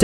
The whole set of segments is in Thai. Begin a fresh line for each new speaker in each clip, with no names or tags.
จ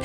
แถ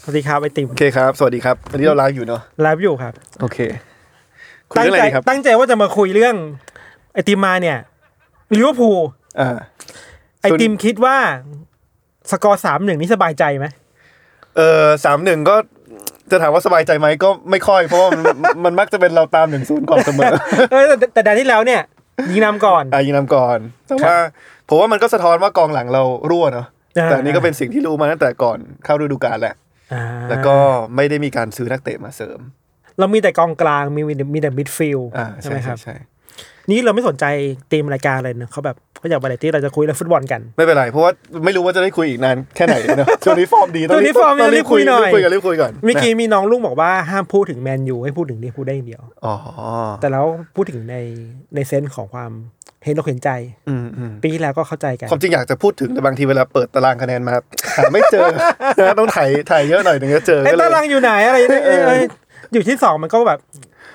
สวัสดีครับไอติม
โอเคครับ สวัสดีครับ วันนี้เราไลฟ์อยู่เนาะ
ไลฟ์อยู่ครับ
โอเค คุย
ตั้ง
เรื่องอะ
ใจ
ไรดีครับ
ตั้งใจว่าจะมาคุยเรื่อง ไอติมมาเนี่ยลิเวอร์พูล
อ่า
ไอติมคิดว่า สกอร์สามหนึ่งนี่สบายใจ ไหม
เออสามหนึ่งก็จะถามว่าสบายใจไหมก็ไม่ค่อย เพราะว่ามัน มันมักจะเป็นเราตามหนึ่งศูนย์ก่อนเสมอ
เออแต่แต่แต่แดนที่แล้วเนี่ยยิงนำก่อน
อายิงนำก่อน แต่ว่าผมว่ามันก็สะท้อนว่ากองหลังเรารั่วเนาะ
อ่า
แต่อันนี้ก็เป็นสิ่งที่รู้มาตั้งแต่ก่อนเข้าฤดูกาลแหละ
อ่า
แล้วก็ไม่ได้มีการซื้อนักเตะมาเสริม
เรามีแต่กองกลางมีมีมีแต่มิดฟิลด์
อ่า
ใช่
ใช่
ไหมค
ใช่
รับ
ใช่
นี่เราไม่สนใจธีมรายการเลยเนอะเขาแบบเขาอยากไปไหนที่เราจะคุยเรื่องฟุตบอลกัน
ไม่เป็นไร เพราะว่าไม่รู้ว่าจะได้คุยอีกนานแค่ไหนเนาะ ช่วงนี้ฟอร์มดี
ช่วงนี้ฟอร์มดีรีบคุยหน่อย
รีบคุยกันรีบคุยก่อน
เมื่อกี้
นะ
มีน้องลุงบอกว่าห้ามพูดถึงแมนยูให้พูดถึงลิเวอร์พูลได้อย่างเดียว
อ๋อ
แต่แล้วพูดถึงในในเซนส์ของความเห็นอกเห็นใจ
อืมอืม
ปีที่แล้วก็เข้าใจกัน
ความจริงอยากจะพูดถึงแต่บางทีเวลาเปิดตารางคะแนนมา หาไม่เจอนะต้องถ่ายถ่ายเยอะหน่อยถึงจะเจอ
ไอ้
ก็เลย
ตารางอยู่ไหนอะไรเนี่ยเอ้ยเอ้ยอยู่ที่สองมันก็แบบ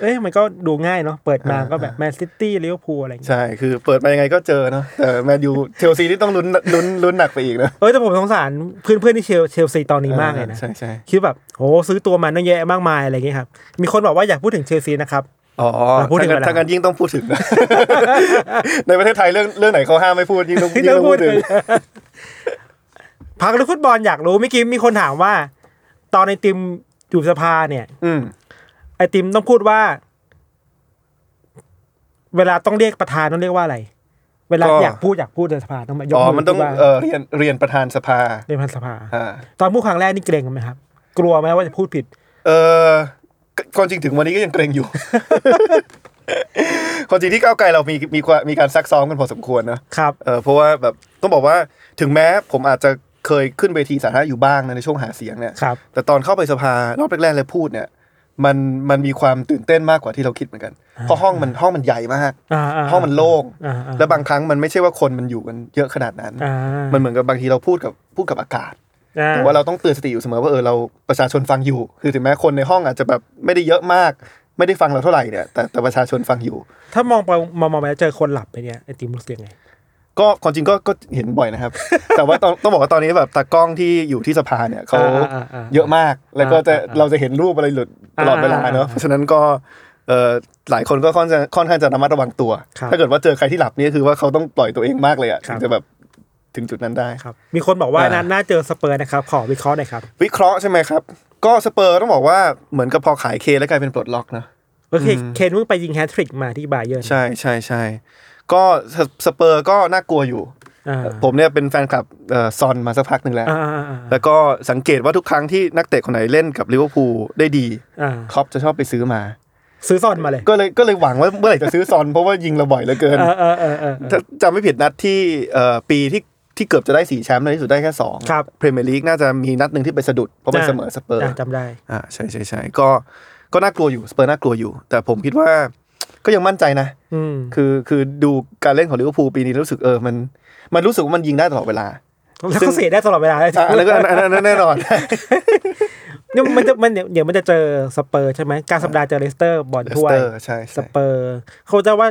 เอ้ยมันก็ดูง่ายเนาะเปิดมาก็แบบแมนซิตี้ลิเวอร์พูลอะไรอย่างเงี้ย
ใช่คือเปิดมายังไงก็เจอเนาะแต่แมนยูเชลซีนี่ต้องลุ้นลุ้นลุ้นหนักไปอีกนะ
เอ้ยแต่ผมสงสารเพื่อนเพื่อนๆที่เชลเชลซีตอนนี้มากเลยนะ
ใช่ใช่
คิดแบบโหซื้อตัวมาตั้งเยอะมากมายอะไรอย่างเงี้ยครับมีคนบอกว่าอยากพูดถึงเชลซีนะครับ
อ๋อ
เราพูดถึง
ถ้า
เว
งั้
ลา
นถ้างั้นยิ่งต้องพูดถึงนะ ในประเทศไทยเรื่องเรื่องไหนเขาห้ามไม่พูดยิ่งต้องยิ่งต้องพูดถึง
พักเรื่องฟุตบอลอยากรู้เมื่อกี้มีคนถามว่า ตอนไอติมอยู่สภาเนี่ย
อืม
ไอติมต้องพูดว่า เวลาต้องเรียกประธานต้องเรียกว่าอะไร เวลาอยากพูดอยากพูดในสภาต้องมายก
อ๋อ
มือ
มันต้อง
พูดว่า
เออเรียนเรียนประธานสภา
ในพันสภา
อ่า
ตอนพูดครั้งแรกนี่เกรงไหมครับ กลัวไหมว่าจะพูดผิด
เออก่อนจริงถึงวันนี้ก็ยังเกรงอยู่ ความจริงที่ก้าวไกลเรามีมีความมีการซักซ้อมกันพอสมควรนะ
ครับ
เออเพราะว่าแบบต้องบอกว่าถึงแม้ผมอาจจะเคยขึ้นเวทีสาธารณะอยู่บ้างนะในช่วงหาเสียงเนี่ย
ครับ
แต่ตอนเข้าไปสภารอบแรกๆเลยพูดเนี่ยมันมันมีความตื่นเต้นมากกว่าที่เราคิดเหมือนกันเพราะห้องมันห้องมันใหญ่มาก
อ่าา
ห้องมันโล่ง
อ่าอ่า
และบางครั้งมันไม่ใช่ว่าคนมันอยู่กันเยอะขนาดนั้น
อ่า
มันเหมือนกับบางทีเราพูดกับพูดกับอากาศ
อ่
แต่ว่าเราต้องเตือนสติอยู่เสมอว่าเออเราประชาชนฟังอยู่ คือถึงแม้คนในห้องอาจจะแบบไม่ได้เยอะมาก ไม่ได้ฟังเราเท่าไหร่เนี่ยแต่แต่ประชาชนฟังอยู่
ถ้ามองไปมองมองไปแล้วเจอคนหลับไปเนี่ยไอติมรู้สึกยังไง
ก็ความจริงก็ก็เห็นบ่อย นะครับ แต่ว่าต้องต้องบอกว่าตอนนี้แบบตากล้องที่อยู่ที่สภาเนี่ยเขา
อ่าอ่าอ่า
เยอะมาก แล้วก็จะ
อ่าอ่า
เราจะเห็นรูปอะไรหลุดตลอดเวลาเนอะ
อ่าอ่า
เพราะฉะนั้นก็เอ่อหลายคนก็ค่อนจะค่อนข้างจะระมัดระวังตัว
ครับ
ถ้าเกิดว่าเจอใครที่หลับนี่คือว่าเขาต้องปล่อยตัวเองมากเลยอะ
ครั
ถึ
บ
งจะแบบถึงจุดนั้นได้
ครับ มีคนบอกว่า
อ่า
น่าน่าเจอสเปอร์นะครับ ขอวิเคราะห์หน่อยครับ
วิเคราะห์ใช่ไหมครับ ก็สเปอร์ต้องบอกว่าเหมือนกับพอขายเคแล้วกลายเป็นปลดล็อกนะ
ก็คืออเคนเพิ่งไปยิงแฮตทริกมาที่บาเยิร์น
ใช่ใช่ใช่ก็สสเปอร์ก็น่ากลัวอยู่
อ่า
ผมเนี่ยเป็นแฟนคลับเอ่อซอนมาสักพักหนึ่งแล้ว
อ่าอ่าอ่า
แล้วก็สังเกตว่าทุกครั้งที่นักเตะคนไหนเล่นกับลิเวอร์พูลได้ดี
อ่า
คล็อปจะชอบไปซื้อมา
ซื้อซอนมาเลย
ก็เลยก็เลยหวังว่าเมื่อไหร่จะซื้อซอน เพราะว่ายิงเราบ่อยเหลือเกิน
เออเออเออเออเออ
ถ้าจำไม่ผิดนัดที่เอ่อปีที่ที่เกือบจะได้สี่แชมป์ในที่สุดได้แค่สอง
ครับ
เพรเมียร์ลีกน่าจะมีนัดหนึ่งที่ไปสะดุด เพราะไป
จ้ะ
เสมอสเปอร์
อ่าจำได้
อ่าใช่ใช่ใช่ก็ก็น่ากลัวอยู่สเปอร์น่ากลัวอยู่ แต่ผมคิดว่าก็ยังมั่นใจนะ
อืม
คือคือดูการเล่นของลิเวอร์พูลปีนี้รู้สึกเออมันมันรู้สึกว่ามันยิงได้ตลอดเวลา
แล้วก็เสียได้ตลอดเวลาเลย
อ่ะอันนั้นก็อันนั้นอันนั้นแน่นอน
เนี่ยมันจะมันเดี๋ยวเดี๋ยวมันจะเจอสเปอร์ใช่ไหมกลาร สัปดาห์เจอเลสเตอร์บอล
เลส
ถ้วย
เตอร์ใช่
ส
ใช่
เปอร์เขาจะว่า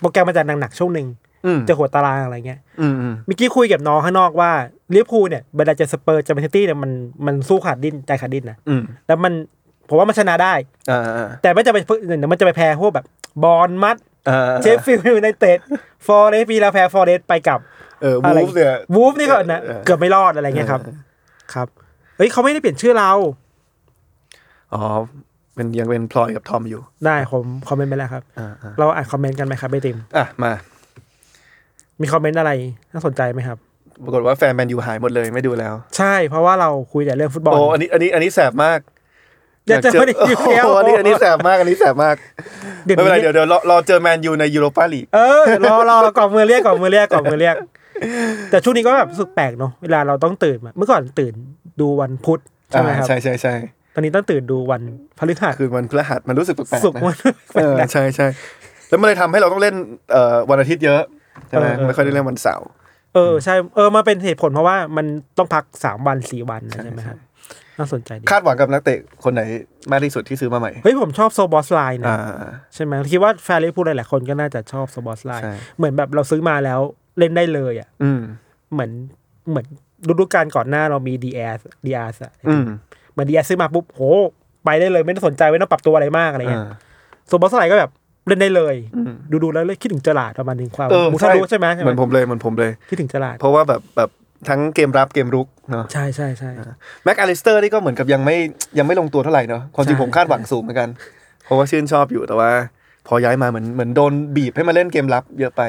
โปรแกรมมันจะหนักๆช่วงหนึ่ง
อืม
เจอหัวตารางอะไรเงี้ย
อืมอืม
เมื่อกี้คุยกับน้องข้างนอกว่าเลียพูลเนี่ยเวลาเจอสเปอร์เจอแมนซิตี้เนี่ยมันมันสู้ขาดดิ้นใจขาดดิ้นนะ
อืม
แล้วมันผมว่ามันชนะได้
อ่าอ่า
แต่มันจะไปเดี๋ยวมันจะไปแพ้พวกแบบบอลมัด
อ่า
เชฟฟิลด์ยูไนเต็ดฟอร์เรสปีแล้วแพ้ฟอร์เรสไปกับ
เออวูฟเนี่ย
วูฟนี่ก็นะ
เออ
เกือบไม่รอดอะไรเงี้ยครับ ครับเฮ้ยเขาไม่ได้เปลี่ยนชื่อเรา
อ๋อเป็นยังเป็นพลอยกับทอมอยู่
ได้ผมคอมเมนต์ไปแล้วครับ
อ่าอ่า
เราอ่านคอมเมนต์กันไหมครับไอติม
อ่ะมา
มีคอมเมนต์อะไรน่าสนใจไหมครับ
ปรากฏว่าแฟนแมนยูหายหมดเลยไม่ดูแล้ว
ใช่เพราะว่าเราคุยแต่เรื่องฟุตบอล
โอ้อันนี้อันนี้อันนี้แสบมาก
อยากเจอคนอีกแล้ว
โอ้อันนี้อันนี้แสบมากอันนี้แสบมาก
เดี๋ยว
ไม่เป็นไร
นี้
เดี๋ยวเดี๋ยวรอรอเจอแมนยูในยูโรปาลีก
เออรอรอรอกล่องมือเรียกกล่องมือเรียกกล่องมือเรียก แต่ช่วงนี้ก็แบบรู้สึกแปลกเนาะเวลาเราต้องตื่นมาเมื่อก่อนตื่นดูวันพุธใช่ไหมครับ
อ่าใช่ใช่ใช่
ตอนนี้ต้องตื่นดูวันพฤหัส
คือมันพฤหัสมันรู้สึกแปลก
ศุกร์
ๆนะ
วัน
เออใช่ใช่แล้วมันเลยทำให้เราต้องเล่นเอ่อวันอาทิตย์เยอะใช่ไหม
เออเออ
ไม่ค่อยได้เล่นวันเสาร์
เออใช่เออมาเป็นเหตุผลเพราะว่ามันต้องพักสามวันสี่วันนะใช่ไหมครับน่าสนใจดี
คาดหวังกับนักเตะคนไหนมากที่สุดที่ซื้อมาใหม่
เฮ้ยผมชอบโซบอสไลน์นะ
อ่า
ใช่ไหมคิดว่าแฟนลิเวอร์พูลหลายๆคนก็น่าจะชอบสปอร์ตไลน์
ใช่
เหมือนแบบเราซื้อมาแล้วเล่นได้เลยอ่ะ
อืม
เหมือนเหมือนฤดูกาลก่อนหน้าเรามีดีแอสดีอาร์อะ
อืม
เหมือนดีอาร์ซื้อมาปุ๊บโหไปได้เลยไม่ต้องสนใจไม่ต้องปรับตัวอะไรมากอะไรเงี้ย
อ่า
สมบัติสไลด์ก็แบบเล่นได้เลย
อืม
ดูดูๆแล้วเลยคิดถึงจลาดประมาณหนึงความ
เออ
มุทะลุใช่ไหมใช่
เห
ไหม
มือนผมเลยเหมือนผมเลย
คิดถึงจลาด
เพราะว่าแบบแบบทั้งเกมรับเกมรุกเนาะ
ใช่ใช่ใช่
แม็กอลิสเตอร์นี่ก็เหมือนกับยังไม่ยังไม่ลงตัวเท่าไหร่เนาะความจริง
ใช่
ผมคาดหวังสูงเหมือนกัน เพราะว่าชื่นชอบอยู่แต่ว่า พอย้ายมาเหมือนเหมือนโดนบีบให้มาเล่นเกมรับเยอะไป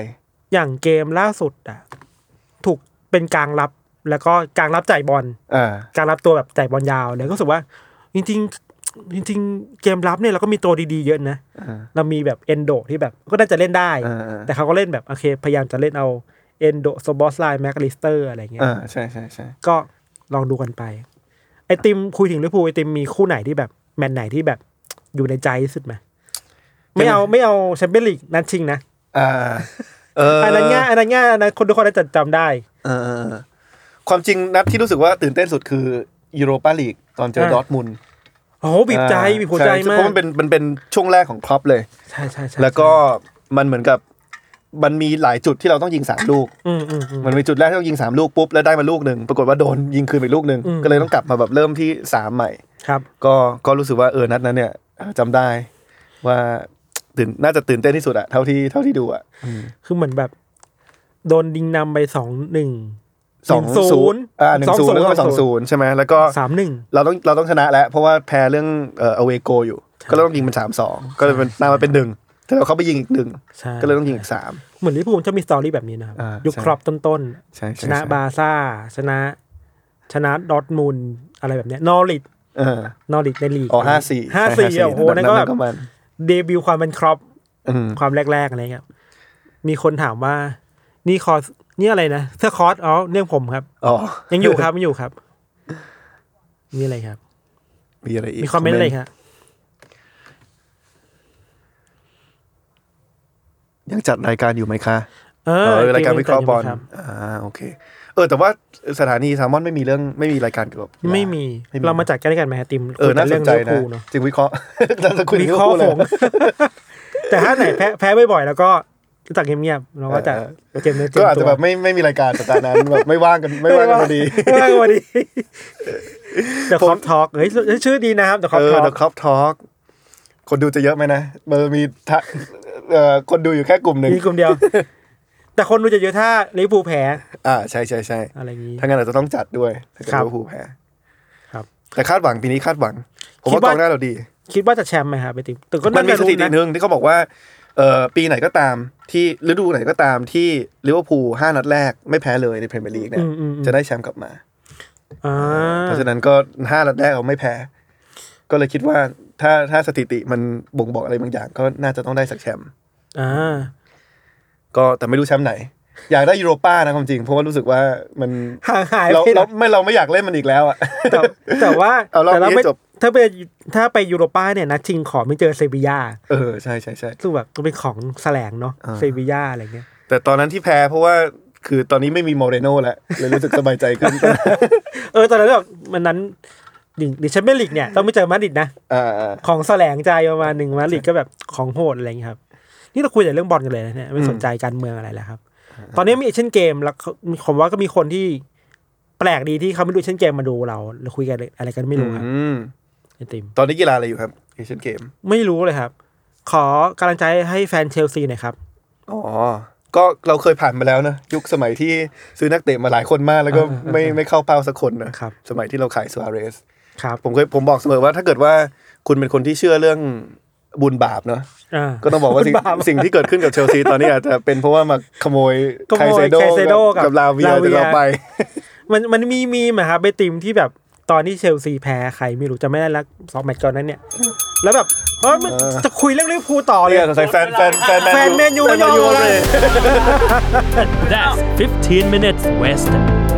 อย่างเกมล่าสุดอ่ะถูกเป็นกลางรับแล้วก็กลางรับจ่ายบอล
อ่า
การรับตัวแบบจ่ายบอลยาวเลยก็รู้สึกว่า จริงๆ จริง ๆ เกมรับเนี่ยเราก็มีตัวดีๆเยอะนะ
อ่า
เรามีแบบเอนโดที่แบบก็น่าจะเล่นได้
อ่า
แต่เขาก็เล่นแบบโอเค พยายามจะเล่นเอาเอนโดโซบอสไลน์แมคลิสเตอร์อะไรเงี้ย
อ่าใช่ใช่ใช่
ก็ลองดูกันไป ไอติมคุยถึงลิเวอร์พูลไอติมมีคู่ไหนที่แบบแมนไหนที่แบบอยู่ในใจที่สุดไหมไม่เอาไม่เอาแชมเปี้ยนลีกนัดชิงนะ
อ่าเอออ
อันนั้นง่ายอันนั้นง่ายอันนั้นคนทุกคนน่าจะจำได้
เออความจริงนัดที่รู้สึกว่าตื่นเต้นสุดคือยูโรปาลีกตอนเจอ
ใช่
ดอร์ทมุนด์
โอ้โหบีบใจ
อ่า
บีบหัวใจมา
ช่เพ
ก
ราะมันเป็นมันเป็นช่วงแรกของครอปเลย
ใช่ใช่ใช่
แล้วก็มันเหมือนกับมันมีหลายจุดที่เราต้องยิงสามลูก
อืมอืมอืม
มันมีจุดแรกที่ต้องยิงสามลูกปุ๊บแล้วได้มาลูกหนึ่งปรากฏว่าโดนยิงคืนไปอีกลูกหนึ่ง
อืม
ก็เลยต้องกลับมาแบบเริ่มที่สามใหม่
ครับ
ก็ก็รู้สึกว่าเออนัดนั้นเนี่ยจำได้ว่าตื่นน่าจะตื่นเต้นที่สุดอะเท่าที่เท่าที่ดูอะ
คือเหมือนแบบ โดนยิงนำไปสองหนึ่ง
สอง
หนึ่งศู
ศูน
นย์
ย์อ่าหนึ่งศูนย์แล้วก็
ส
ส
อ
อง ง
ศู
ศู
น
น
ย์
ย์ใช่ไหมแล้วก็
สามหนึ่ง
เราต้องเราต้องชนะแล้ว เพราะว่าแพ้เรื่องเอ่อเวโกอยู่ ก็เลยต้องยิงเป็นสามสองก็เลยเป็นนำมาเป็นหนึ่งแต่เราเขาไปยิงอีกหนึ่ง
ใช่
ก็เลยต้องยิงอีกสาม
เหมือนลิเวอร์พูลจะมีสตอรี่แบบนี้นะครับ
อ่ายุ
ยุค
ใช่
ครอปต้น
ใช่
ๆ ช
ใช่
นะ
ใช่
บาร์ซ่า ชนะ ชนะดอร์ทมูลอะไรแบบเนี้ยนอริด
เออน
อริดในลีก
อ๋อห้าสี่
ห้าสี่โอ้โหนั่นก็แบบ
มัน
เดบิวต์ความเป็นครอป
อืม
ความแรกๆอะไรเงี้ยมีคนถามว่า นี่คอร์สนี่อะไรนะเสื้อคอร์สอ๋อเรื่องผมครับ
อ๋อ
ยังอยู่ครับยังอยู่ครับมีอะไรครับ
มีอะไรอีก
มีคอมเมนต์อะไรครับ
ยังจัดรายการอยู่ไหมคะ
เอ
เอ
อ
อรายการวิเคราะห์บอล
คบ
อ่าโอเค เออแต่ว่าสถานีแซลมอนไม่มีเรื่องไม่มีรายการเกี่ยวกับกีฬา
ไม่มี
ไม่มี
เรามาจัดกันด้วยกันไหมฮะติม
เออน่าสนใจนะ
เนาะ
จึงวิเคราะห์ น่าจะคุย
มี
เรื่อง
ข้อ
คู่
ผ
เลย
ง แต่ถ้าไหนแพ้แพ้บ่อยๆแล้วก็จัดเงียบๆเราก็จะ
เออ
เกมเนื้อเก
ก็
ม
อาจ
ตั
จะ
ว
แบบไม่ไม่มีรายการสัปดาห์นั้น แบบไม่ว่างกันไม่ว่างกันพ อดี
ไม่ว่างพอดีเดี๋ยวคอปทอกเฮ้ยชื่อดีนะครับเดี๋ยวคอ
เอ
ปท
อ
อก
The Crop Talk คนดูจะเยอะไหมนะเออมีทะเอ่อคนดูอยู่แค่กลุ่มหนึ่ง
มีกลุ่มเดียว แต่คนดูจะเยอะถ้าลิเวอร์พูลแพ้
อ่าใช่ใช่ใช่
อะไรอย่างนี้
ถ้างั้นเราจะต้องจัดด้วยถ้าเกิด
ครับ
ว่าผู้แพ้
ครับ
แต่คาดหวังปีนี้คาดหวัง ผม
คิดว่า
ว่ากองหน้าเราดี
คิดว่าจะแชมป์ไหมครับไปติมแต่ก็
มั
น่าน
มี
จะ
สถิติ
รู้
ห
นะ
นึ่งที่เขาบอกว่าเอ่อปีไหนก็ตามที่ฤดูไหนก็ตามที่ลิเวอร์พูลห้านัดแรกไม่แพ้เลยในพรีเมียร์ลีกเนี่ยจะได้แชมป์กลับมา
อ่า
เพราะฉะนั้นก็ห้านัดแรกเราไม่แพ้ ก็เลยคิดว่าถ้าถ้าสถิติมันบ่งบอกอะไรบางอย่าง ก็น่าจะต้องได้สักแชมป์
อ่า
ก็แต่ไม่รู้แชมป์ไหน อยากได้ยูโรป้านะความจริงเพราะว่ารู้สึกว่ามัน
ห่างหาย
เรา
ไป
เรา
นะ
ไม่เราไม่อยากเล่นมันอีกแล้วอ่ะ
แต่แต่ว่า
เอารอบ
แต่
นี้
ไม่
ให้จบ
ถ้าไปถ้าไปยุโรป้าเนี่ยนัดชิงขอไม่เจอเซบียา
เออใช่ใช่ใช่
ซึ่งแบบก็เป็นของแสลงเนาะ
อ่า
เซบียาอะไรเงี้ย
แต่ตอนนั้นที่แพ้เพราะว่าคือตอนนี้ไม่มีโมเรโน่แล้วเลยรู้สึกสบายใจขึ้น
เออตอนนั้นแบบมันนั้นดิ่งดิแชมเปี้ยนลีกเนี่ยต้องไม่เจอมาดริดนะ
อ่าอ่า
ของแสลงใจประมาณหนึ่งมาดริดก็แบบของโหดอะไรเงี้ยครับ นี่เราคุยแต่เรื่องบอลกันเลยนะเนี่ยไม่สนใจการเมืองอะไรแล้วครับ ตอนนี้มีเอเชียนเกมแล้วเขาผมว่าก็มีคนที่แปลกดีที่เขาไม่ดูเอเชียนเกมมาดูเราเราคุยกันอะไรกันไม่รู้ครับ
อืม
ไอติม
ตอนนี้กีฬาอะไรอยู่ครับเอเชียนเกม
ไม่รู้เลยครับ ขอกำลังใจให้แฟนเชลซีหน่อยครับ
อ๋อ ก็เราเคยผ่านมาแล้วนะยุคสมัยที่ซื้อนักเตะมาหลายคนมากแล้วก็ไม่ไม่เข้าเป้าสักคนนะครับ สมัยที่เราขายสวาเรส
ครับ
ผมเคยผมบอกเสมอว่าถ้าเกิดว่าคุณเป็นคนที่เชื่อเรื่องบุญบาปเนาะ
อ่า
ก็ต้องบอกว่าสิ่ง
บุญบาป
สิ่งที่เกิดขึ้นกับเชลซีตอนนี้อาจจะเป็นเพราะว่ามาขโมย
ข
ไค
โมย
เซโด
Caicedo กับ
กับลาเวีย
ลาเวี
จะ
ย
เราไป
มันมันมีมีมอะครับไปติมที่แบบตอนที่เชลซีแพ้ใครไม่รู้จะไม่ได้ละสองแมตช์ก่อนนั้นเนี่ย แล้วแบบเฮ้ยมัน
เออ
จะคุยเรื่องลิเวอร์พูลต่อเลย
เนี่ยสงสัยแฟนแฟนแฟน
แฟนแมนยูไม่ยอมเลย
That's 15 minutes west